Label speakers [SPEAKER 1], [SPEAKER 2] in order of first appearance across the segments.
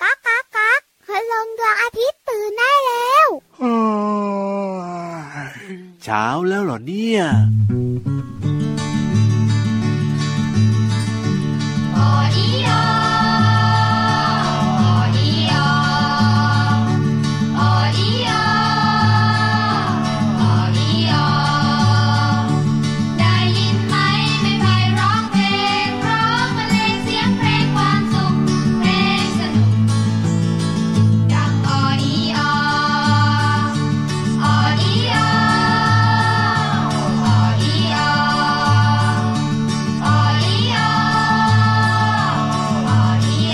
[SPEAKER 1] ก๊ากก๊ากก๊ากคืลงดวงอาทิตย์ตื่นได้แล้ว
[SPEAKER 2] โอ้ยเช้าแล้วเหรอเนี่ย
[SPEAKER 3] ได้ยินไหมไม่ไพร้องเพลงร้องบรรเลงเสียงเพลงความสุขเพลงสนุกดังออดีออออดีออออดีออออดีออออดี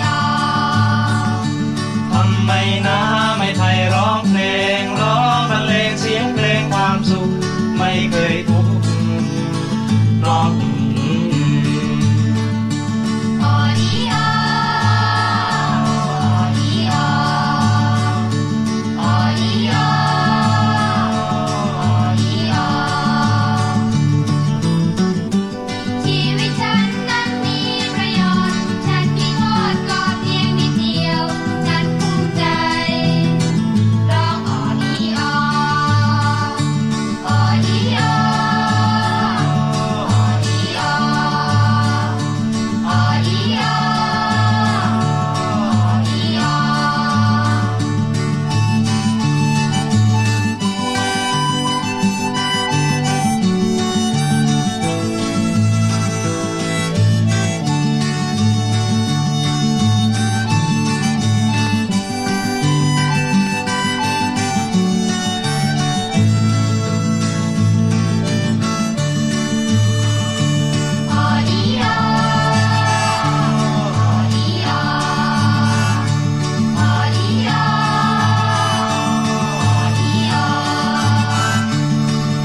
[SPEAKER 3] ออ
[SPEAKER 4] ทำไมนะไม่ไทยร้องเพลง ร้องบรรเลงเสียงเพลงความสุข ไม่เคยทุกข์ร้อง
[SPEAKER 3] ออดีออออดีออออดีออออดีออชีวิตฉันนั้นมีประโยชน์ ฉันมีโทษก็เพียงนิดเดียว ฉันภูมิใจ ร้องออดีออออดีออออดีออ ออดีออออดีออ ออดีออออดีออออดีออออดีออ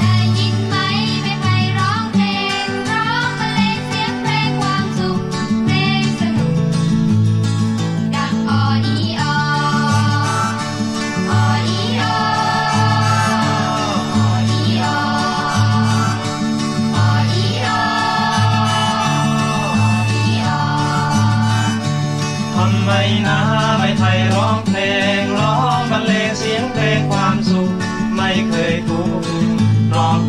[SPEAKER 3] ได้ยินไหมไม่ไพร้องเพลงร้องบรรเลงเสียงเพลงความ
[SPEAKER 4] ทำไมนะไม่ไทยร้องเพลง ร้องบรรเลงเสียงเพลงความ
[SPEAKER 3] สุขเพลงสนุกดังออดีออออดีออออดีออออดีออ
[SPEAKER 4] สุข ไม่เคยทุกข์ร้อง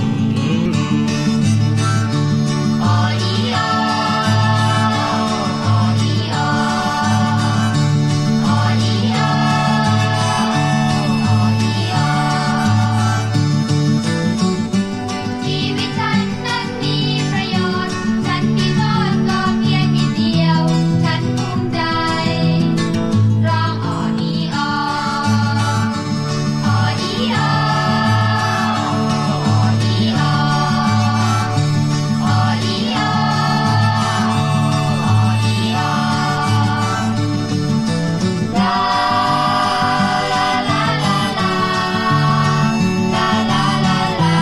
[SPEAKER 3] ชีวิตฉันนั้นมีประโยชน์ ฉันมีโทษก็เพียงนิดเดียว ฉันภูมิใจ ร้องอ่อนีอ่ออ่อนีอ่ออ่อนีอ่ออ่อนีอ่ออ่อนีอ่อลาลาลาลาลาลาลาลาลา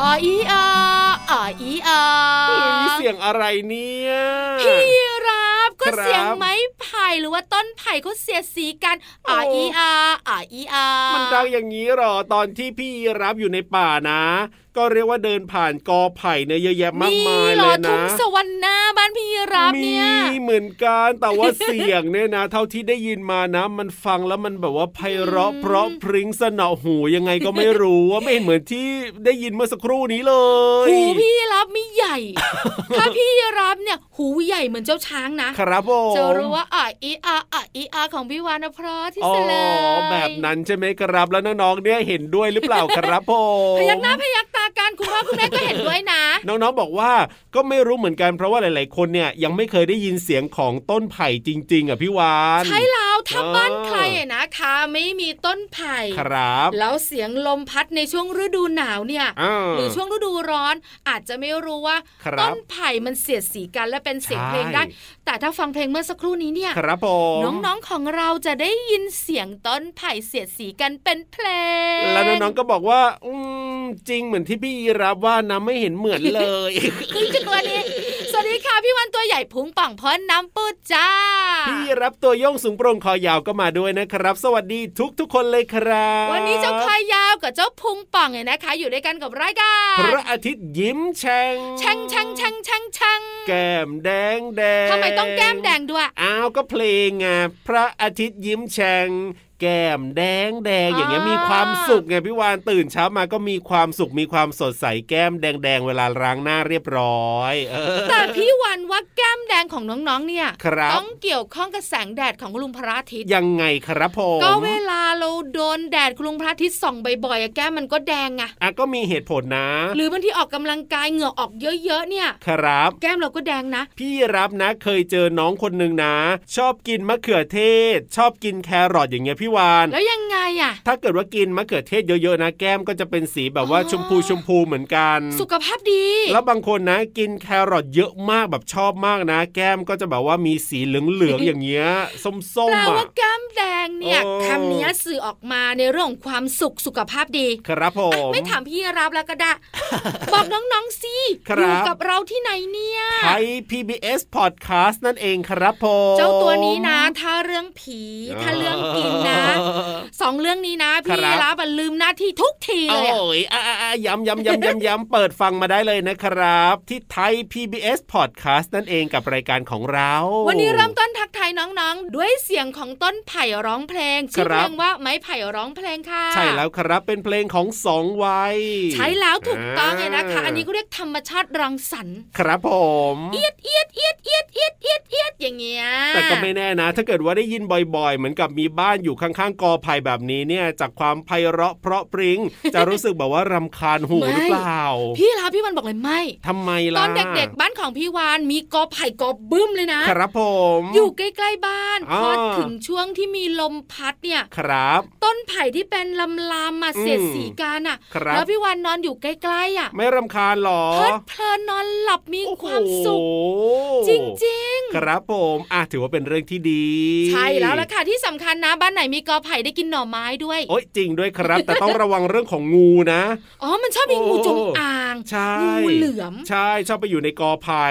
[SPEAKER 5] อออีอออออีออ
[SPEAKER 6] เฮ้ยเสียงอะไรเนี่ย
[SPEAKER 5] พี่รับก็
[SPEAKER 6] ครับ
[SPEAKER 5] เสียงไม้ไผ่หรือว่าต้นไผ่เขาเสียดสีกันอออีอออออีออ
[SPEAKER 6] มันดังอย่างนี้หรอตอนที่พี่รับอยู่ในป่านะ ก็เรียกว่าเดินผ่านกอไผ่เนี่ยเยอะแยะมากมาย
[SPEAKER 5] หร
[SPEAKER 6] เล
[SPEAKER 5] อย ทุ่
[SPEAKER 6] นะ
[SPEAKER 5] งสวรรค์นะบ้านพี่รับ
[SPEAKER 6] มี
[SPEAKER 5] เนี่ย
[SPEAKER 6] เหมือนกันแต่ว่าเสียงเนี่ยนะ เท่าที่ได้ยินมานะ มันฟังแล้วมันแบบว่าไพเราะเพราะพริ้งสนอหูยังไงก็ไม่รู้ว่าไม่เห็นเหมือนที่ได้ยินเมื่อสักครู่นี้เลย
[SPEAKER 5] หูพี่รับไม่ใหญ่ ถ้าพี่รับเนี่ย หูใหญ่เหมือนเจ้าช้างนะครับ
[SPEAKER 6] ผม
[SPEAKER 5] จะรู้ว่าอออีอออออีออของพี่วานเพราะที่
[SPEAKER 6] อ๋อ
[SPEAKER 5] สุดเลย
[SPEAKER 6] แบบนั้นใช่ไหมครับแล้วน้องๆเนี่ยเห็นด้วยหรือเปล่าครับผม
[SPEAKER 5] พยักหน้าพยักตากันคุณพ่อคุณแม่ก็เห็นด้วยนะ
[SPEAKER 6] น้องๆบอกว่าก็ไม่รู้เหมือนกันเพราะว่าหลาย ๆ คนเนี่ยยังไม่เคยได้ยินเสียงของต้นไผ่จริง ๆอ่ะพี่วาน
[SPEAKER 5] ใช่แล้ว ถ้า
[SPEAKER 6] อ๋อ
[SPEAKER 5] บ้านใครอะนะคะไม่มีต้นไผ่
[SPEAKER 6] ครับ
[SPEAKER 5] แล้วเสียงลมพัดในช่วงฤดูหนาวเนี่ย
[SPEAKER 6] า
[SPEAKER 5] หรือช่วงฤดูร้อนอาจจะไม่รู้ว่า
[SPEAKER 6] ครับ
[SPEAKER 5] ต้นไผ่มันเสียดสีกันและเป็นเสียงเพลงได้
[SPEAKER 6] ใช่
[SPEAKER 5] แต่ถ้าฟังเพลงเมื่อสักครู่นี้เนี่ย
[SPEAKER 6] ครับผม
[SPEAKER 5] น้องๆของเราจะได้ยินเสียงต้นไผ่เสียดสีกันเป็นเพลง
[SPEAKER 6] แล้วน้องๆก็บอกว่า อืมจริงเหมือนที่พี่ยีรับว่านะไม่เห็นเหมือนเลย
[SPEAKER 5] คือจังตัวนี้ สวัสดีค่ะพี่วันตัวใหญ่พุงป่องพ้นน้ำปูดจ้า
[SPEAKER 6] พี่ยีรับตัวโย่งสูงโปร่งคอยาวก็มาด้วยนะครับ สวัสดีทุกทุกๆคนเลยครับ
[SPEAKER 5] วันนี้เจ้าคอยาวกับเจ้าพุงป่องเนี่ยนะคะ อยู่ด้วยกันกับรายการ
[SPEAKER 6] พระอาทิตย์ยิ้มแฉ่ง
[SPEAKER 5] แช่งแช่งแช่งแช่งแช่ง
[SPEAKER 6] แก้มแดงแดง
[SPEAKER 5] ทำไมต้องแก้มแดงด้วย
[SPEAKER 6] อ้าวก็เพลงไงพระอาทิตย์ยิ้มแฉ่งแก้มแดงแดงอย่างเงี้ย
[SPEAKER 5] อ่ามี
[SPEAKER 6] มีความสุขไงพี่วานตื่นเช้ามาก็มีความสุขมีความสดใสแก้มแดงแดงเวลาล้างหน้าเรียบร้อยเออ
[SPEAKER 5] แต่พี่วันว่าแก้มแดงของน้องๆ เนี่ย
[SPEAKER 6] ครับ
[SPEAKER 5] ต้องเกี่ยวข้องกับแสงแดดของคุณลุงพระอาทิตย์
[SPEAKER 6] ยังไงครับผม
[SPEAKER 5] ก็เวลาเราโดนแดดคุณลุงพระอาทิตย์ส่องบ่อยๆอะแก้มมันก็แดงไง
[SPEAKER 6] อ่ะก็มีเหตุผลนะ
[SPEAKER 5] หรือบางทีออกกำลังกายเหงื่อออกเยอะๆเนี่ย
[SPEAKER 6] ครับ
[SPEAKER 5] แก้มเราก็แดงนะ
[SPEAKER 6] พี่รับนะเคยเจอน้องคนหนึ่งนะ ชอบกินมะเขือเทศ ชอบกินแครอทอย่างเงี้ยพี่วาน
[SPEAKER 5] แล้วยังไงอ่ะ
[SPEAKER 6] ถ้าเกิดว่ากินมะเขือเทศเยอะๆนะแก้มก็จะเป็นสีแบบว่า
[SPEAKER 5] อ๋อ
[SPEAKER 6] ชมพูชมพูเหมือนกัน
[SPEAKER 5] สุขภาพดี
[SPEAKER 6] แล้วบางคนนะ กินแครอทเยอะมากแบบชอบมากนะ แก้มก็จะแบบว่ามีสีเหลืองๆ อย่างเงี้ยส้
[SPEAKER 5] แปล
[SPEAKER 6] มๆอ่ะ
[SPEAKER 5] ว่าแก้มแดงเนี่ย
[SPEAKER 6] โอ้
[SPEAKER 5] คำนี้สื่อออกมาในเรื่องของความสุขสุขภาพดี
[SPEAKER 6] ครับผม
[SPEAKER 5] ไม่ถามพี่รับแล้วก็ ได้ บอกน้องๆสิ
[SPEAKER 6] ครั
[SPEAKER 5] อ
[SPEAKER 6] บ
[SPEAKER 5] ยู่กับเราที่ไหนเนี่ย
[SPEAKER 6] ไทย PBS Podcast นั่นเองครับผม
[SPEAKER 5] เจ้าตัวนี้นะ ถ้าเรื่องผีถ้าเรื่องกินนะสองเรื่องนี้นะพี่
[SPEAKER 6] ครับ
[SPEAKER 5] รับอะลืมหน้าที่ทุกที
[SPEAKER 6] โอ
[SPEAKER 5] เลยอะ
[SPEAKER 6] ้ยอ่ะอ่ะอ่ะย้ำย้ำย้ำย้ำย้ำเปิดฟังมาได้เลยนะครับ ที่ไทย PBS Podcast นั่นเองกับรายการของเรา
[SPEAKER 5] วันนี้เริ่มต้นทักทายน้องๆ ด้วยเสียงของต้นไผ่ร้องเพลงชื่อ
[SPEAKER 6] ครั
[SPEAKER 5] เพ
[SPEAKER 6] บ
[SPEAKER 5] ลงว่าไม้ไผ่ร้องเพลงค่ะ
[SPEAKER 6] ใช่แล้วครับเป็นเพลงของสองวัย
[SPEAKER 5] ใช้แล้วถูกต้องเลยนะคะ
[SPEAKER 6] า
[SPEAKER 5] อันนี้ก็เรียกธรรมชาติรังสรรค์
[SPEAKER 6] ครับผม
[SPEAKER 5] เอียดเอียดเอียดเอียดเอียดเอียดเอียดอย่างเงี้ย
[SPEAKER 6] แต่ก็ไม่แน่นะ ถ้าเกิดว่าได้ยินบ่อยๆ เหมือนกับมีบ้านอยู่ข้างๆกอไผ่แบบนี้เนี่ย จากความไพเราะเพราะป ริ้ง จะรู้สึกแบบว่ารำคาญหูหรือเปล่า
[SPEAKER 5] พี่ลาพี่วันบอกเลยไม่
[SPEAKER 6] ทำไม
[SPEAKER 5] ต
[SPEAKER 6] ล่ะ
[SPEAKER 5] อนเด็กๆ บ้านของพี่วานมีกอไผ่กอบึ้มเลยนะ
[SPEAKER 6] ครับผม
[SPEAKER 5] อยู่ใกล้ๆบ้าน
[SPEAKER 6] อ๋อ
[SPEAKER 5] พอถึงช่วงที่มีลมพัดเนี่ย
[SPEAKER 6] ครับ
[SPEAKER 5] ต้นไผ่ที่เป็นลำลามมาเสียดสีกันอ่ะ
[SPEAKER 6] ครับ
[SPEAKER 5] แล้วพี่วานนอนอยู่ใกล้ๆอ่ะ
[SPEAKER 6] ไม่รำคาญหรอ
[SPEAKER 5] เพลิดเพลินนอนหลับมีความสุข
[SPEAKER 6] โอ้โห
[SPEAKER 5] จริง
[SPEAKER 6] ครับผมอ่ะถือว่าเป็นเรื่องที่ดี
[SPEAKER 5] ๆ ใช่แล้วล่ะค่ะที่สำคัญนะบ้านไหนมีกอไผ่ได้กินหน่อไม้ด้วย
[SPEAKER 6] โอ้ยจริงด้วยครับ แต่ต้องระวังเรื่องของงูนะ
[SPEAKER 5] อ๋อ มันชอบมี
[SPEAKER 6] โอ้
[SPEAKER 5] งูจงอาง
[SPEAKER 6] ใช่
[SPEAKER 5] งูเหลือม
[SPEAKER 6] ใช่ชอบไปอยู่ในกอไผ่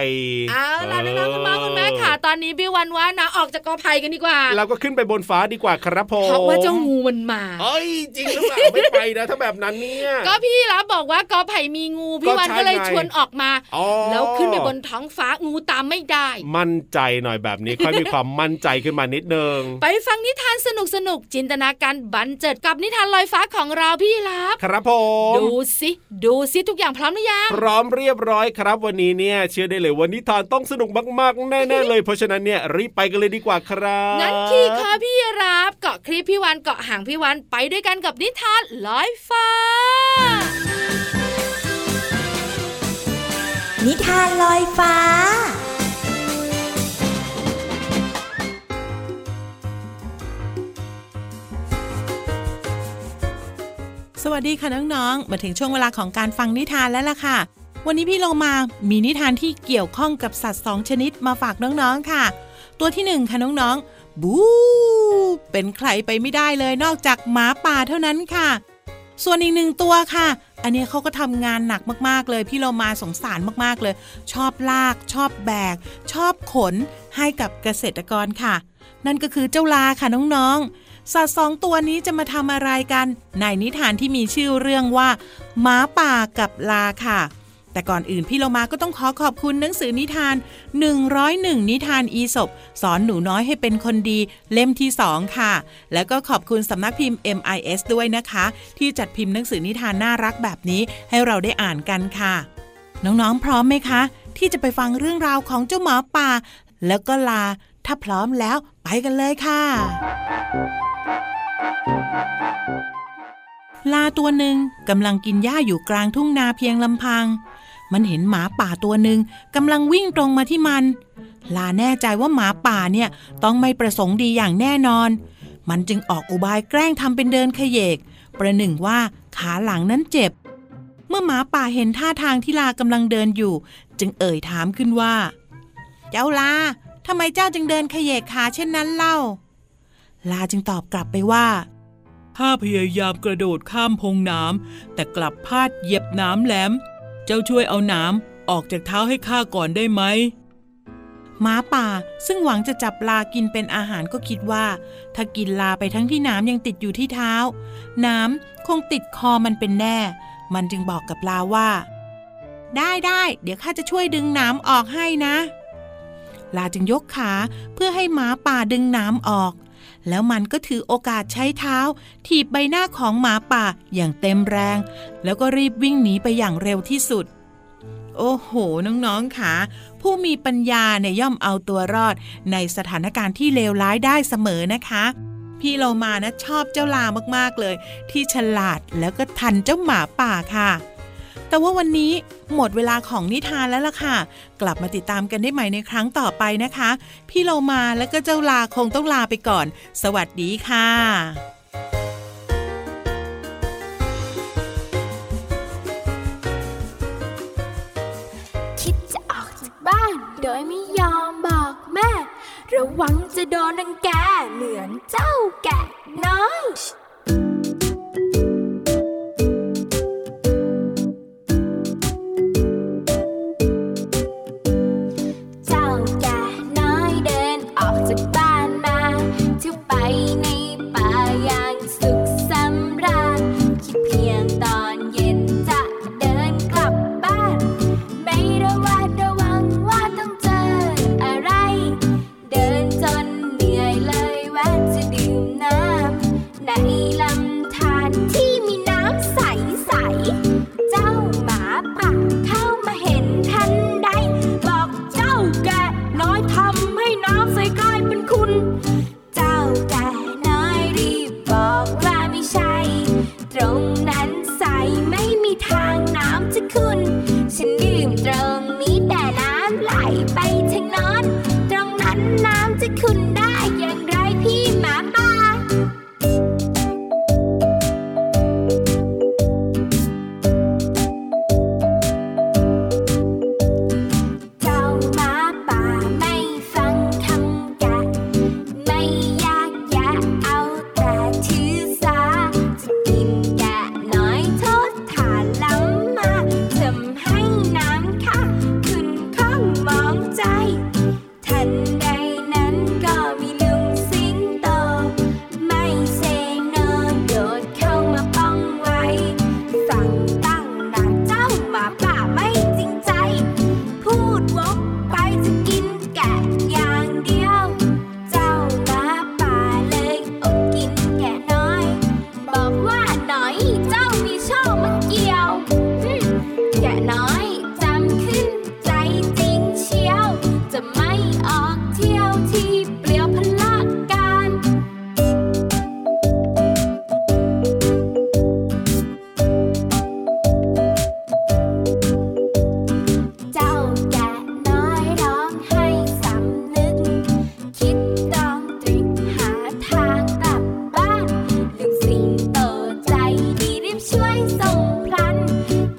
[SPEAKER 5] เอาล่ะ
[SPEAKER 6] เ
[SPEAKER 5] น้องๆคุณพ่อคุณแม่ค่ะ ตอนนี้พี่วันว่านะออกจากกอไผ่กันดีกว่า
[SPEAKER 6] เราก็ขึ้นไปบนฟ้าดีกว่าครับผม
[SPEAKER 5] เพราะว่าเจ้างูมันมา
[SPEAKER 6] เอ้ยจริงหรือเปล่าไม่ไปนะ ถ้าแบบนั้นเนี่ย
[SPEAKER 5] ก็พี่รับบอกว่ากอไผ่มีงู พี่วัน
[SPEAKER 6] ก็ใช่
[SPEAKER 5] ก็เลย
[SPEAKER 6] ไง
[SPEAKER 5] ชวนออกมา
[SPEAKER 6] อ๋อ
[SPEAKER 5] แล้วขึ้นไปบนท้องฟ้างูตามไม่ได้
[SPEAKER 6] มั่นใจหน่อยแบบนี้ ค่อยมีความมั่นใจขึ้นมานิดนึง
[SPEAKER 5] ไปฟังนิทานสนุกสนุกๆจินตนาการบันเจิดกับนิทานลอยฟ้าของเราพี่รับ
[SPEAKER 6] ครับผม
[SPEAKER 5] ดูสิดูสิทุกอย่างพร้อมหรือยัง
[SPEAKER 6] พร้อมเรียบร้อยครับวันนี้เนี่ย เชื่อได้เลยวันนิทานต้องสนุกมากๆ แน่ ๆ เลย เพราะฉะนั้นเนี่ยรีบไปกันเลยดีกว่าครับ
[SPEAKER 5] งั้นขี่คอพี่รับเกาะคลิปพี่วันเกาะหางพี่วันไปด้วยกันกับนิทานลอยฟ้า
[SPEAKER 7] นิทานลอยฟ้า
[SPEAKER 8] สวัสดีค่ะน้องๆ มาถึงช่วงเวลาของการฟังนิทานแล้วล่ะค่ะ วันนี้พี่เรามามีนิทานที่เกี่ยวข้องกับสัตว์สองชนิดมาฝากน้องๆ ค่ะ ตัวที่หนึ่งค่ะน้องๆ บู เป็นใครไปไม่ได้เลยนอกจากหมาป่าเท่านั้นค่ะ ส่วนอีกหนึ่งตัวค่ะ อันเนี้ยเขาก็ทำงานหนักมากๆ เลย พี่เรามาสงสารมากๆเลย ชอบลาก ชอบแบก ชอบขนให้กับเกษตรกรค่ะ นั่นก็คือเจ้าลาค่ะน้องๆ สัตว์สองตัวนี้จะมาทำอะไรกัน ในนิทานที่มีชื่อเรื่องว่าหมาป่ากับลาค่ะ แต่ก่อนอื่นพี่เรามาก็ต้องขอขอบคุณหนังสือนิทาน 101 นิทานอีสบสอนหนูน้อยให้เป็นคนดีเล่มที่ 2 ค่ะ แล้วก็ขอบคุณสำนักพิมพ์ MIS ด้วยนะคะ ที่จัดพิมพ์หนังสือนิทานน่ารักแบบนี้ให้เราได้อ่านกันค่ะ น้องๆ พร้อมไหมคะ ที่จะไปฟังเรื่องราวของเจ้าหมาป่า แล้วก็ลา ถ้าพร้อมแล้วไปกันเลยค่ะ ลาตัวหนึ่งกำลังกินหญ้าอยู่กลางทุ่งนาเพียงลำพัง มันเห็นหมาป่าตัวหนึ่งกำลังวิ่งตรงมาที่มัน ลาแน่ใจว่าหมาป่าเนี่ยต้องไม่ประสงค์ดีอย่างแน่นอน มันจึงออกอุบายแกล้งทำเป็นเดินเขยเยก ประหนึ่งว่าขาหลังนั้นเจ็บ เมื่อหมาป่าเห็นท่าทางที่ลากำลังเดินอยู่ จึงเอ่ยถามขึ้นว่า เจ้าลาทำไมเจ้าจึงเดินเขยเยกขาเช่นนั้นเล่า ลาจึงตอบกลับไปว่า ข้าพยายามกระโดดข้ามพงน้ำแต่กลับพลาดเหยียบน้ำแหลม เจ้าช่วยเอาน้ำออกจากเท้าให้ข้าก่อนได้ไหมหมาป่าซึ่งหวังจะจับลากินเป็นอาหารก็คิดว่า ถ้ากินลาไปทั้งที่น้ำยังติดอยู่ที่เท้า น้ำคงติดคอมันเป็นแน่ มันจึงบอกกับลาว่า ได้ได้เดี๋ยวข้าจะช่วยดึงน้ำออกให้นะ ลาจึงยกขาเพื่อให้หมาป่าดึงน้ำออก แล้วมันก็ถือโอกาสใช้เท้า ถีบใบหน้าของหมาป่าอย่างเต็มแรง แล้วก็รีบวิ่งหนีไปอย่างเร็วที่สุด โอ้โห น้องๆค่ะ ผู้มีปัญญาเนี่ยย่อมเอาตัวรอด ในสถานการณ์ที่เลวร้ายได้เสมอนะคะ พี่เรามานะชอบเจ้าลามากๆเลย ที่ฉลาดแล้วก็ทันเจ้าหมาป่าค่ะ แต่ว่าวันนี้หมดเวลาของนิทานแล้วล่ะค่ะ กลับมาติดตามกันได้ใหม่ในครั้งต่อไปนะคะ พี่เรามาและก็เจ้าลาคงต้องลาไปก่อน สวัสดีค่ะ
[SPEAKER 9] คิดจะออกจากบ้าน โดยไม่ยอมบอกแม่ ระวังจะโดนรังแกเหมือนเจ้าแกะน้อย เจ้าแกะน้อยเดินออกจากบ้านมาเที่ยวไปในป่าอย่างสุขสำราญคิดเพียงตอนเย็นจะเดินกลับบ้าน ไม่ระวัดระวังว่าต้องเจออะไร เดินจนเหนื่อยเลยแวะจะดื่มน้ำในลำธารที่มีน้ำใสๆ เจ้าหมาป่าเข้ามาเห็นทันใด บอกเจ้าแกะน้อยทำให้น้ำใสกลายเป็นคุณ เจ้าแกะน้อยรีบบอกว่าไม่ใช่ ตรงนั้นใสไม่มีทางน้ำจะขึ้น ฉันดื่มตรงนี้แต่น้ำไหลไปทางโน้นตรงนั้นน้ำจะขึ้นได้อย่างไรพี่หมาป่า เจ้าหมาป่าไม่ฟังคำแกะ ไม่ยากแยะเอาแต่ถือสา จะกินแกะน้อยโทษฐานล้ำมาทำให้น้ำค่ะขึ้นข้องมองใจ ทันใดนั้นก็มีลุงสิงโต ไม่เซโนโดดเข้ามาป้องไว้ ฟังตั้งหนักเจ้าหมาป่าไม่จริงใจ พูดวกไปจะกินแกะอย่างเดียว เจ้าหมาป่าเลยอดกินแกะน้อย บอกว่าหน่อยเจ้ามีโชคมาเกี่ยวอืมแกะน้อยจำขึ้นใจจริงเชียว จะไม่ออกเที่ยวที่เปลี่ยวพลักการ เจ้าแกะน้อยร้องให้สำนึก คิดต้องตริกหาทางกลับบ้าน ลูกสิงโตใจดีรีบช่วยส่งพลัน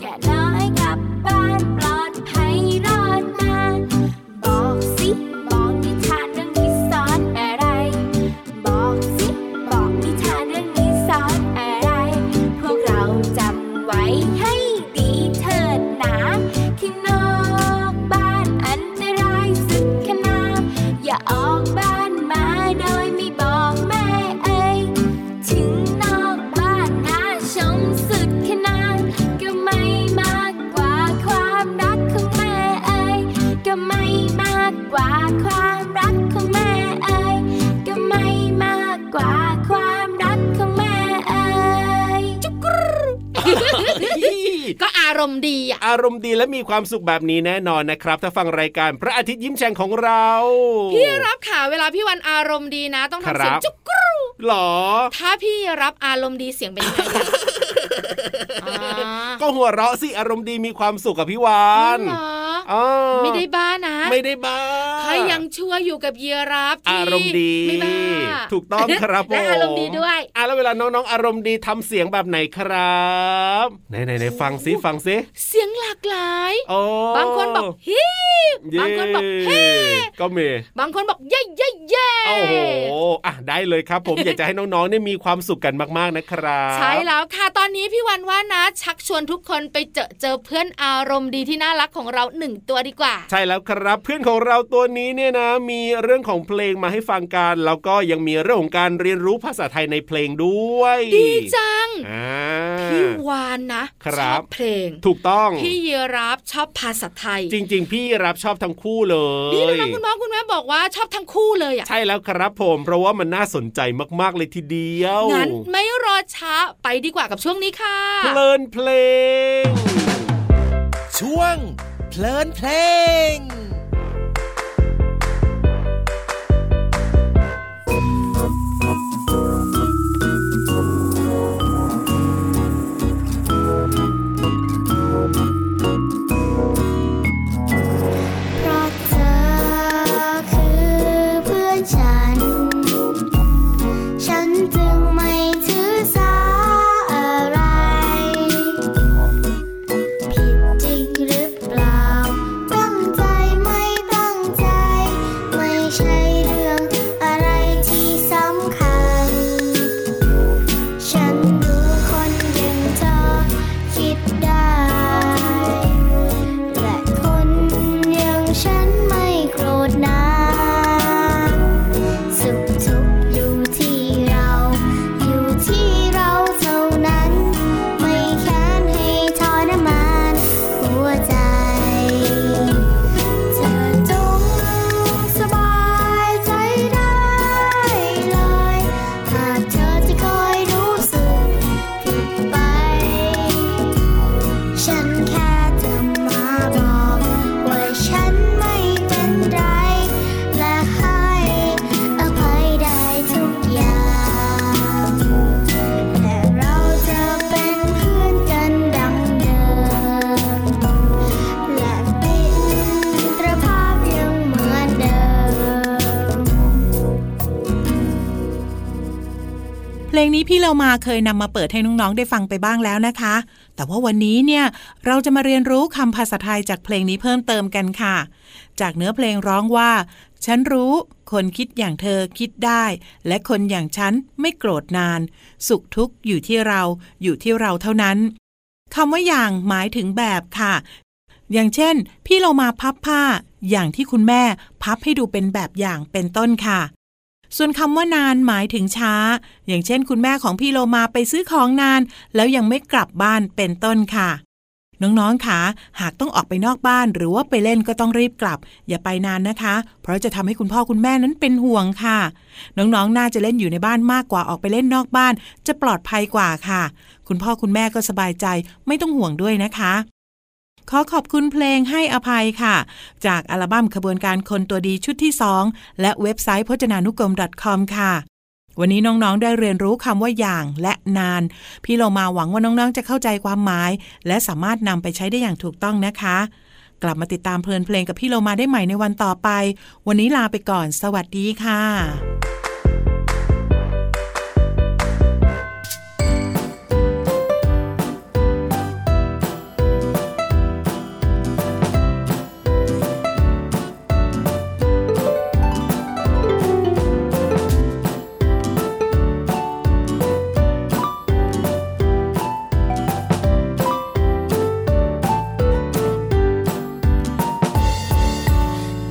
[SPEAKER 9] แกะน้อยกลับบ้านปลอดภัยรอดมา บอกสิบอกนิทานเรื่องนี้สอนอะไร บอกสิบอกนิทานเรื่องนี้สอนอะไร พวกเราจำไว้ให้ดีเถิดหนาข้างนอกบ้านอันตรายสุดขนาดอย่าออกบ้านมาโดยไม่บอกแม่เอ่ย ถึงนอกบ้านน่าชมสุดขนาดก็ไม่มากกว่าความรักของแม่เอ่ยก็ไม่มากกว่าความรักของแม่เอ่ยก็ไม่มากกว่าความรักของแม่เอ่ยจุกกรู
[SPEAKER 5] ก็อารมณ์ดีอ่ะ
[SPEAKER 6] อารมณ์ดีและมีความสุขแบบนี้แน่นอนนะครับ ถ้าฟังรายการพระอาทิตย์ยิ้มแฉ่งของเรา
[SPEAKER 5] พี่รับค่ะเวลาพี่วันอารมณ์ดีนะ ต้องทำเสียง
[SPEAKER 6] ครับ
[SPEAKER 5] จุกกรู
[SPEAKER 6] หรอ
[SPEAKER 5] ถ้าพี่รับอารมณ์ดีเสียงเป็นยังไงอ่ะ
[SPEAKER 6] ก็ ต้องหัวเราะสิอารมณ์ดีมีความสุขกับพี่วา
[SPEAKER 5] อ๋อน เหรอ
[SPEAKER 6] อ๋อ
[SPEAKER 5] ไม่ได้บ้านะ
[SPEAKER 6] ไม่ได้บ้า
[SPEAKER 5] เขายังชั่วอยู่กับเยีราฟที่
[SPEAKER 6] อารมณ์ดี
[SPEAKER 5] ไม่บ้า
[SPEAKER 6] ถูกต้องครับผม
[SPEAKER 5] และอารมณ์ดีด้วย
[SPEAKER 6] อ่ะแล้วเวลาน้องๆ อารมณ์ดีทำเสียงแบบไหนครับไหนไหนไหนฟังซิฟังซิ
[SPEAKER 5] เสียงหลากหลาย
[SPEAKER 6] โอ้
[SPEAKER 5] บางคนบอกฮิวบางคนบอกเฮ
[SPEAKER 6] ก็มี
[SPEAKER 5] บางคนบอกเย่เย่เย่
[SPEAKER 6] โอ้โหอ่ะได้เลยครับ ผม อยากจะให้น้องๆเนี่ยมีความสุขกันมากๆนะครับ
[SPEAKER 5] ใช่แล้วค่ะตอนนี้พี่วันว่านะ ชักชวนทุกคนไปเจอเจอเพื่อนอารมณ์ดีที่น่ารักของเราหนึ่งตัวดีกว่า
[SPEAKER 6] ใช่แล้วครับ เพื่อนของเราตัวนี้เนี่ยนะ มีเรื่องของเพลงมาให้ฟังกันแล้วก็ยังมีเรื่องของการเรียนรู้ภาษาไทยในเพลงด้วย
[SPEAKER 5] ดีจัง
[SPEAKER 6] อ่า
[SPEAKER 5] พี่วานนะ
[SPEAKER 6] ค
[SPEAKER 5] ช
[SPEAKER 6] รั
[SPEAKER 5] อบ บเพลง
[SPEAKER 6] ถูกต้อง
[SPEAKER 5] พี่เยรับชอบภาษาไทย
[SPEAKER 6] จริง ๆ พี่รับชอบทั้งคู่เล
[SPEAKER 5] นี่
[SPEAKER 6] ย
[SPEAKER 5] น้องๆคุณพ่อคุณแม่บอกว่าชอบทั้งคู่เลยอ่ะ
[SPEAKER 6] ใช่แล้วครับผม เพราะว่ามันน่าสนใจมากๆเลยทีเดียว
[SPEAKER 5] งั้นไม่รอช้าไปดีกว่ากับช่วงนี้ค่ะ
[SPEAKER 6] เพลินเพลง
[SPEAKER 10] ช่วง เพลินเพลง
[SPEAKER 9] เพราะเธอคือเพื่อนฉัน ฉันจึงไม่ถือสาอะไร ผิดจริงหรือเปล่า ตั้งใจไม่ตั้งใจ ไม่ใช่เรื่องอะไรที่สำคัญ ฉันรู้คนอย่างเธอคิดได้ และคนอย่างฉันไม่โกรธนะ สุขทุกข์อยู่ที่เรา อยู่ที่เราเท่านั้น ไม่แค้นให้ทรมานหัวใจ เธอจงสบายใจได้เลย หากเธอจะคอยรู้สึกผิดไป ฉันแค่จะมาบอกว่าฉันไม่เป็นไร และให้อภัยได้ทุกอย่าง แต่เราจะเป็นเพื่อนกันดังเดิม และเป็นมิตรภาพยังเหมือนเดิม
[SPEAKER 8] เพลงนี้พี่เรามาเคยนำมาเปิดให้น้องๆได้ฟังไปบ้างแล้วนะคะ แต่ว่าวันนี้เนี่ยเราจะมาเรียนรู้คำภาษาไทยจากเพลงนี้เพิ่มเติมกันค่ะ จากเนื้อเพลงร้องว่า ฉันรู้ คนคิดอย่างเธอคิดได้ และคนอย่างฉันไม่โกรธนาน สุขทุกข์อยู่ที่เราอยู่ที่เราเท่านั้นคำว่าอย่างหมายถึงแบบค่ะ อย่างเช่น พี่เรามาพับผ้า อย่างที่คุณแม่พับให้ดูเป็นแบบอย่างเป็นต้นค่ะ ส่วนคำว่านานหมายถึงช้า อย่างเช่นคุณแม่ของพี่โลมาไปซื้อของนาน แล้วยังไม่กลับบ้านเป็นต้นค่ะ น้องๆค่ะหากต้องออกไปนอกบ้านหรือว่าไปเล่นก็ต้องรีบกลับ อย่าไปนานนะคะ เพราะจะทำให้คุณพ่อคุณแม่นั้นเป็นห่วงค่ะ น้องๆน่าจะเล่นอยู่ในบ้านมากกว่าออกไปเล่นนอกบ้าน จะปลอดภัยกว่าค่ะ คุณพ่อคุณแม่ก็สบายใจไม่ต้องห่วงด้วยนะคะ ขอขอบคุณเพลงให้อภัยค่ะ จากอัลบั้มขบวนการคนตัวดีชุดที่ 2 และเว็บไซต์พจนานุกรม .com ค่ะ วันนี้น้องๆ ได้เรียนรู้คำว่าอย่างและนาน พี่เรามาหวังว่าน้องๆ จะเข้าใจความหมาย และสามารถนำไปใช้ได้อย่างถูกต้องนะคะ กลับมาติดตามเพลินเพลงกับพี่เรามาได้ใหม่ในวันต่อไป วันนี้ลาไปก่อน สวัสดีค่ะ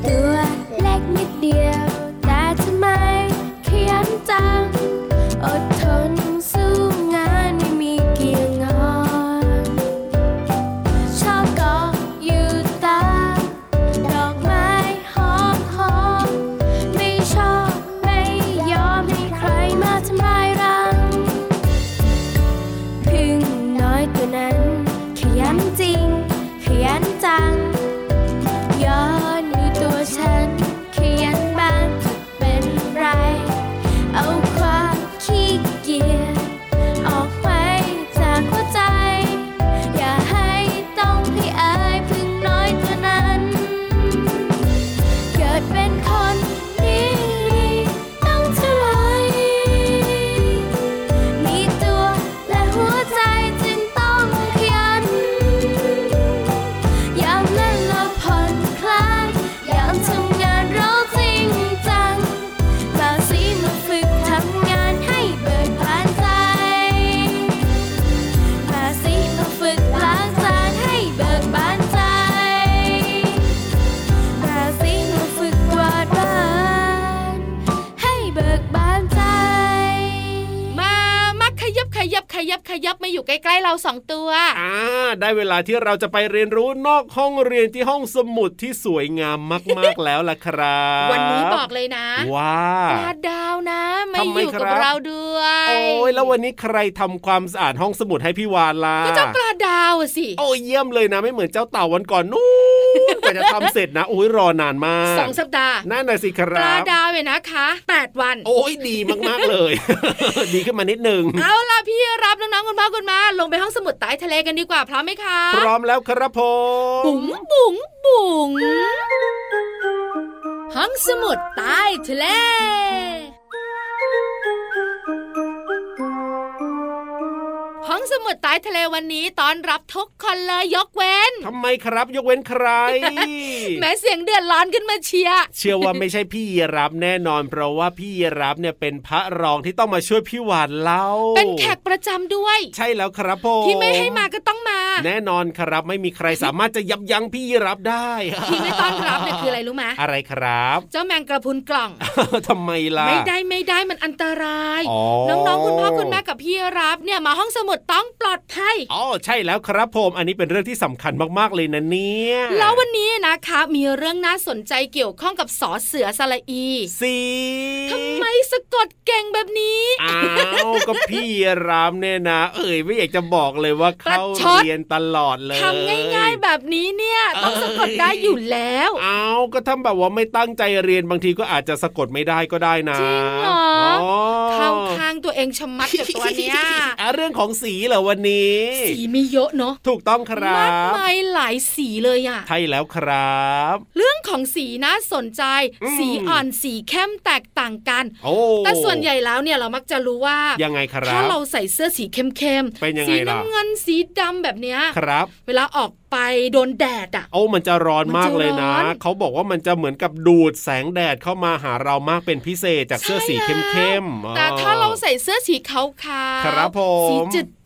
[SPEAKER 11] ตัวเล็กนิดเดียว แต่ทำไมขยันจัง อดทนสู้งานไม่มีเกี่ยงงอนชอบเกาะอยู่ตามดอกไม้หอมหอมไม่ชอบไม่ยอมให้ใครมาทำลายรัง พึ่งน้อยตัวนั้น ขยันจริง ขยันจัง ย้อนดูตัวฉันขยันบ้างจะเป็นไร เอาความขี้เกียจออกไปจากหัวใจ อย่าให้
[SPEAKER 5] ยับขยับมาอยู่ใกล้ๆเราสองตัว
[SPEAKER 6] อ่าได้เวลาที่เราจะไปเรียนรู้นอกห้องเรียนที่ห้องสมุดที่สวยงามมากๆ แล้วล่ะครับ
[SPEAKER 5] วันนี้บอกเลยนะ
[SPEAKER 6] ว่า
[SPEAKER 5] ปลาดาวนะไม่
[SPEAKER 6] ทำไม
[SPEAKER 5] อยู่กับ
[SPEAKER 6] ครับ
[SPEAKER 5] เราด้วย
[SPEAKER 6] โอ้ยแล้ววันนี้ใครทำความสะอาดห้องสมุดให้พี่วานล่ะ
[SPEAKER 5] ก็เจ้าปลาดาวอะสิ
[SPEAKER 6] โอ้ยเยี่ยมเลยนะไม่เหมือนเจ้าเต่าวันก่อนนู้นกว่าจะทำเสร็จนะโอ้ยรอนานมาก
[SPEAKER 5] สองสัปดาห์
[SPEAKER 6] นั่นน่ะสิค
[SPEAKER 5] ปลา
[SPEAKER 6] รับ
[SPEAKER 5] ดาวเนี่ยนะคะแปดวัน
[SPEAKER 6] โอ้ยดีมากๆเลย ดีขึ้นมานิดนึง
[SPEAKER 5] เอาล่ะพี่รับน้องๆคุณพ่อคุณแม่ลงไปห้องสมุดใต้ทะเลกันดีกว่าพร้อมไหมคะ
[SPEAKER 6] พร้อมแล้วครับผม
[SPEAKER 5] บุ๋งบุ๋งบุ๋งห้องสมุดใต้ทะเล ห้องสมุดใต้ทะเลวันนี้ตอนรับทุกคนเลยยกเว้น
[SPEAKER 6] ทำไมครับยกเว้นใคร
[SPEAKER 5] แม้เสียงเดือดร้อนขึ้นมาเชียร์
[SPEAKER 6] เชื่อว่าไม่ใช่พี่ยีรับแน่นอน เพราะว่าพี่ยีรับเนี่ยเป็นพระรองที่ต้องมาช่วยพี่หวานเล่า
[SPEAKER 5] เป็นแขกประจำด้วย
[SPEAKER 6] ใช่แล้วครับผม
[SPEAKER 5] ที่ไม่ให้มาก็ต้องมา
[SPEAKER 6] แน่นอนครับไม่มีใครสามารถจะยับยั้งพี่ยีรับได้
[SPEAKER 5] ที่ไม่ต้อนรับเนี่ยคืออะไรรู้ไหม
[SPEAKER 6] อะไรครับ
[SPEAKER 5] เจ้าแมงกระพรุนกล่อง
[SPEAKER 6] ทำไมล่ะ
[SPEAKER 5] ไม่ได้ไม่ได้มันอันตราย
[SPEAKER 6] อ๋อ
[SPEAKER 5] น้องๆคุณพ่อคุณแม่กับพี่รับเนี่ยมาห้องสมุดต้องปลอดภัย
[SPEAKER 6] อ๋อใช่แล้วครับผม อันนี้เป็นเรื่องที่สำคัญมากๆเลยนะเนี่ย
[SPEAKER 5] แล้ววันนี้นะคะ มีเรื่องน่าสนใจเกี่ยวข้องกับสอเสือสระอี
[SPEAKER 6] สี
[SPEAKER 5] ทำไมสะกดเก่งแบบนี้
[SPEAKER 6] อ้าวก็พี่ยีรับเนี่ยนะ เอ่ยไม่อยากจะบอกเลยว่าเข้า
[SPEAKER 5] ประชด
[SPEAKER 6] เรียนตลอดเลย
[SPEAKER 5] ทำง่ายๆแบบนี้เนี่ยต้องสะกดได้อยู่แล้ว
[SPEAKER 6] เอาก็ถ้าแบบว่าไม่ตั้งใจเรียนบางทีก็อาจจะสะกดไม่ได้ก็ได้นะ
[SPEAKER 5] จริงเหรอ เข้า
[SPEAKER 6] ค่ะ
[SPEAKER 5] ทางตัวเองชะมัดกับตัวเนี้ย
[SPEAKER 6] เรื่องของสีเหรอวันนี้
[SPEAKER 5] สีมีเยอะเนาะ
[SPEAKER 6] ถูกต้องครั
[SPEAKER 5] มาก
[SPEAKER 6] บ
[SPEAKER 5] มายหลายสีเลยอ่ะ
[SPEAKER 6] ใช่แล้วครับ
[SPEAKER 5] เรื่องของสีน่าสนใจ
[SPEAKER 6] อืม
[SPEAKER 5] สีอ่อนสีเข้มแตกต่างกัน
[SPEAKER 6] โอ้
[SPEAKER 5] แต่ส่วนใหญ่แล้วเนี่ยเรามักจะรู้ว่า
[SPEAKER 6] ยังไงครั
[SPEAKER 5] ถ้า
[SPEAKER 6] บ
[SPEAKER 5] เราใส่เสื้อสีเข้ม
[SPEAKER 6] เป็นยังไง
[SPEAKER 5] สี
[SPEAKER 6] ล่ะ
[SPEAKER 5] น้ำเงินสีดำแบบเนี้ย
[SPEAKER 6] ครับ
[SPEAKER 5] เวลาออกไปโดนแดดอ่ะ
[SPEAKER 6] โอ้มันจะร้อนมากเลยนะ
[SPEAKER 5] มันจะร้อน
[SPEAKER 6] เขาบอกว่ามันจะเหมือนกับดูดแสงแดดเข้ามาหาเรามากเป็นพิเศษจากเสื้อสีเข้มๆอ๋อ
[SPEAKER 5] แต่ถ้าเราใส่เสื้อสีขาวๆ
[SPEAKER 6] ครับผม
[SPEAKER 5] สี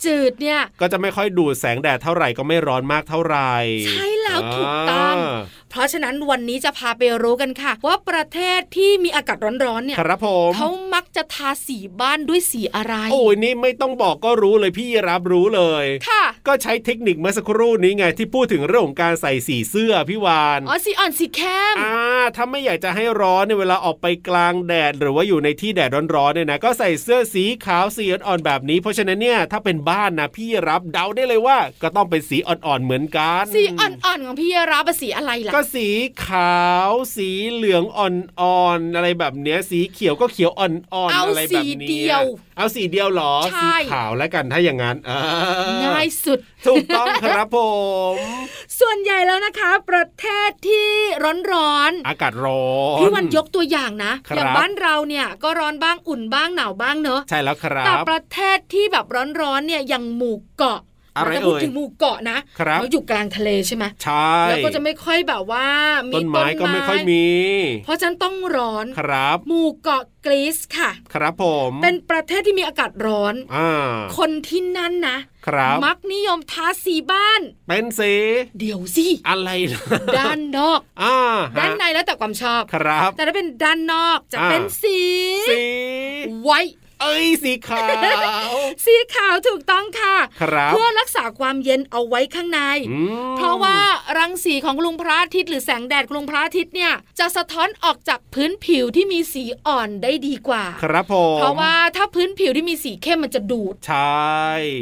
[SPEAKER 5] จืดๆเนี่ย
[SPEAKER 6] ก็จะไม่ค่อยดูดแสงแดดเท่าไหร่ก็ไม่ร้อนมากเท่าไหร่
[SPEAKER 5] ใช่แล้วถูกต้อง
[SPEAKER 6] า
[SPEAKER 5] เพราะฉะนั้นวันนี้จะพาไปรู้กันค่ะ ว่าประเทศที่มีอากาศร้อนๆเนี่ย
[SPEAKER 6] ครับผม
[SPEAKER 5] เขามักจะทาสีบ้านด้วยสีอะไร
[SPEAKER 6] โอ้ยนี่ไม่ต้องบอกก็รู้เลยพี่รับรู้เลย
[SPEAKER 5] ค่ะ
[SPEAKER 6] ก็ใช้เทคนิคเมื่อสักครู่นี้ไงที่พูดถึงเรื่องของการใส่สีเสื้อพี่วาน
[SPEAKER 5] อ๋อสีอ่อนสีเข้ม
[SPEAKER 6] อ่าถ้าไม่อยากจะให้ร้อนในยเวลาออกไปกลางแดด หรือว่าอยู่ในที่แดดร้อนๆเนี่ยนะก็ใส่เสื้อสีขาวสีอ่อนๆแบบนี้ เพราะฉะนั้นเนี่ยถ้าเป็นบ้านนะพี่รับเดาได้เลยว่า ก็ต้องเป็นสีอ่อนๆเหมือนกัน
[SPEAKER 5] สีอ่อนๆของพี่รับอะสีอะไรล่ะ
[SPEAKER 6] ก็สีขาว สีเหลืองอ่อนๆอะไรแบบเนี้ยสีเขียวก็เขียวอ่อนๆ
[SPEAKER 5] เอา
[SPEAKER 6] อะไรแบบ
[SPEAKER 5] สี
[SPEAKER 6] นี้
[SPEAKER 5] เดียว
[SPEAKER 6] เอาสีเดียวเหรอ
[SPEAKER 5] ใช่
[SPEAKER 6] สีขาวแล้วกันถ้าอย่างนั้นอ่
[SPEAKER 5] ง่ายสุด
[SPEAKER 6] ถูกต้องครับ ผม
[SPEAKER 5] ส่วนใหญ่แล้วนะคะ ประเทศที่ร้อน
[SPEAKER 6] อากาศร้อน
[SPEAKER 5] ๆพี่วันยกตัวอย่างนะ
[SPEAKER 6] ครับ
[SPEAKER 5] อย่างบ้านเราเนี่ยก็ร้อนบ้างอุ่นบ้างหนาวบ้างเนอะ
[SPEAKER 6] ใช่แล้วครั
[SPEAKER 5] แต่
[SPEAKER 6] บ
[SPEAKER 5] ประเทศที่แบบร้อนๆเนี่ยอย่างหมู่เกาะ
[SPEAKER 6] อะไร
[SPEAKER 5] เราจพูด
[SPEAKER 6] เอ่ย
[SPEAKER 5] ถึงหมู่เกาะนะครับ เขาอยู่กลางทะเลใช่ไหม
[SPEAKER 6] ใช่
[SPEAKER 5] แล้วก็จะไม่ค่อยแบบว่ามี
[SPEAKER 6] ต้นไม้ก็ไม่ค่อยมี
[SPEAKER 5] เพราะฉะนั้นต้องร้อน
[SPEAKER 6] ครับ
[SPEAKER 5] หมู่เกาะกรีซค่ะ
[SPEAKER 6] ครับผม
[SPEAKER 5] เป็นประเทศที่มีอากาศร้อน
[SPEAKER 6] อ่า
[SPEAKER 5] คนที่นั่นนะ
[SPEAKER 6] ครับ
[SPEAKER 5] มักนิยมทาสีบ้าน
[SPEAKER 6] เป็นสี
[SPEAKER 5] เดี๋ยวสิ
[SPEAKER 6] อะไรล่ะ
[SPEAKER 5] ด้านนอก
[SPEAKER 6] อ่าฮะ
[SPEAKER 5] ด้านในแล้วแต่ความชอบ
[SPEAKER 6] ครับ
[SPEAKER 5] แต่ถ้าเป็นด้านนอกจะ
[SPEAKER 6] อ่า
[SPEAKER 5] เป็นสี
[SPEAKER 6] สี
[SPEAKER 5] ไว้
[SPEAKER 6] เอ้ยสีขาว
[SPEAKER 5] สีขาวถูกต้องค่ะ
[SPEAKER 6] ครับ
[SPEAKER 5] เพื่อรักษาความเย็นเอาไว้ข้างใน
[SPEAKER 6] อืม
[SPEAKER 5] เพราะว่ารังสีของลุงพระอาทิตย์หรือแสงแดดของลุงพระอาทิตย์เนี่ย จะสะท้อนออกจากพื้นผิวที่มีสีอ่อนได้ดีกว่า
[SPEAKER 6] ครับผม
[SPEAKER 5] เพราะว่าถ้าพื้นผิวที่มีสีเข้มมันจะดูด
[SPEAKER 6] ใช่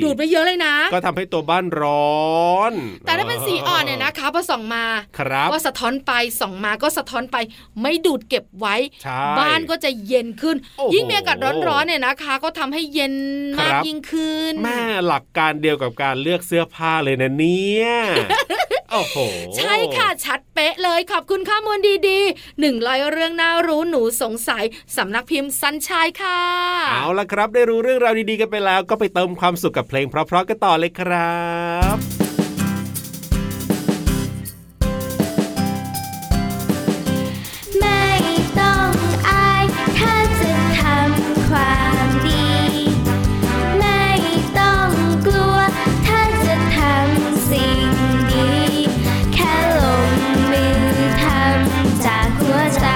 [SPEAKER 5] ดูดไปเยอะเลยนะ
[SPEAKER 6] ก็ทำให้ตัวบ้านร้อน
[SPEAKER 5] แต่ถ้าเป็นสีอ่อนเนี่ยนะคะพอส่องมา
[SPEAKER 6] ครับ
[SPEAKER 5] ก็สะท้อนไปส่องมาก็สะท้อนไป ไม่ดูดเก็บไว้
[SPEAKER 6] ใช่
[SPEAKER 5] บ้านก็จะเย็นขึ้น
[SPEAKER 6] โอ้โห
[SPEAKER 5] ยิ่งมีอากาศร้อนๆเนี่ยนะคะ ก็ทำให้เย็นมาก
[SPEAKER 6] ครับ
[SPEAKER 5] ยิ่งขึ้น
[SPEAKER 6] แม่หลักการเดียวกับการเลือกเสื้อผ้าเลยนะเนี่ย โอ้โห
[SPEAKER 5] ใช่ค่ะชัดเป๊ะเลยขอบคุณข้อมูลดีๆหนึ่งร้อยเรื่องน่ารู้หนูสงสัยสำนักพิมพ์สันชายค่ะ
[SPEAKER 6] เอาละครับ ได้รู้เรื่องราวดีๆกันไปแล้ว ก็ไปเติมความสุขกับเพลงเพราะๆกันต่อเลยครับ
[SPEAKER 1] ไม่ต้องอายถ้าจะทำความดี ไม่ต้องกลัวถ้าจะทำสิ่งดี แค่ลงมือทำจากหัวใจ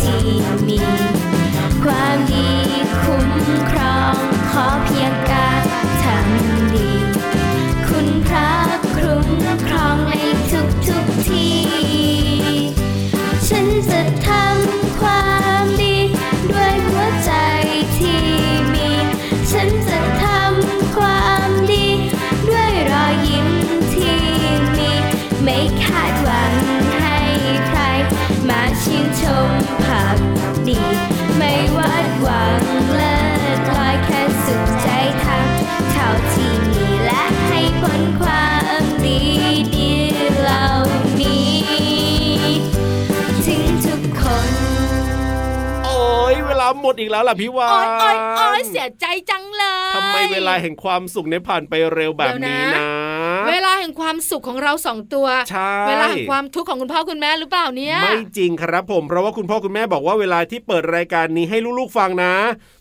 [SPEAKER 1] ที่มี ความดีคุ้มครองขอเพียงการทำ
[SPEAKER 6] ดอีกแล้วล่ะพี่วา
[SPEAKER 5] โอ๊ย
[SPEAKER 6] น
[SPEAKER 5] โอ๊ยโอ๊ยเสียใจจังเลย
[SPEAKER 6] ทำไมเวลาแห่งความสุขเนี่ยผ่านไปเร็วแบบนี้
[SPEAKER 5] เดี๋ยว
[SPEAKER 6] นะ
[SPEAKER 5] นะ เวลาแห่งความสุขของเราสองตัว
[SPEAKER 6] ใช่
[SPEAKER 5] เวลาแห่งความทุกข์ของคุณพ่อคุณแม่หรือเปล่าเนี่ย
[SPEAKER 6] ไม่จริงครับผม เพราะว่าคุณพ่อคุณแม่บอกว่าเวลาที่เปิดรายการนี้ให้ลูกๆฟังนะ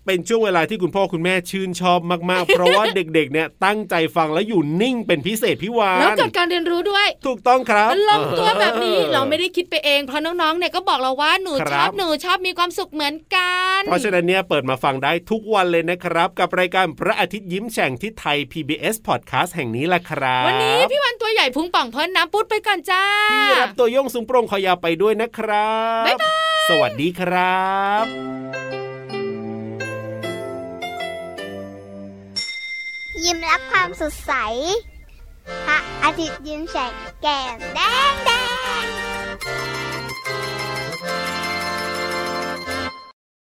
[SPEAKER 6] เป็นช่วงเวลาที่คุณพ่อคุณแม่ชื่นชอบมากๆ เพราะว่าเด็กๆ เนี่ยตั้งใจฟังแล้วอยู่นิ่งเป็นพิเศษพี่วา
[SPEAKER 5] แล้ว
[SPEAKER 6] น
[SPEAKER 5] เกิดการเรียนรู้ด้วย
[SPEAKER 6] ถูกต้องครับ
[SPEAKER 5] มันลงตัวแบบนี้เราไม่ได้คิดไปเอง เพราะน้องๆ เนี่ยก็บอกเราว่าหนู
[SPEAKER 6] ค
[SPEAKER 5] ช
[SPEAKER 6] รั
[SPEAKER 5] อบ บหนูชอบมีความสุขเหมือนกัน
[SPEAKER 6] เพราะฉะนั้นเนี่ยเปิดมาฟังได้ทุกวันเลยนะครับ กับรายการพระอาทิตย์ยิ้มแฉ่งที่ไทย PBS Podcast แห่งนี้แหละครับ
[SPEAKER 5] วันนี้พี่วันตัวใหญ่พุงป่องพ้นน้ำปุดไปก่อนจ้า
[SPEAKER 6] พี่รับตัวโย่งสูงโปร่งคอยาวไปด้วยนะครับ
[SPEAKER 5] บ๊ายบาย
[SPEAKER 6] สวัสดีครับ
[SPEAKER 1] ยิ้มรับความสดใส พระอาทิตย์ยิ้มแฉกแก้มแดงแดง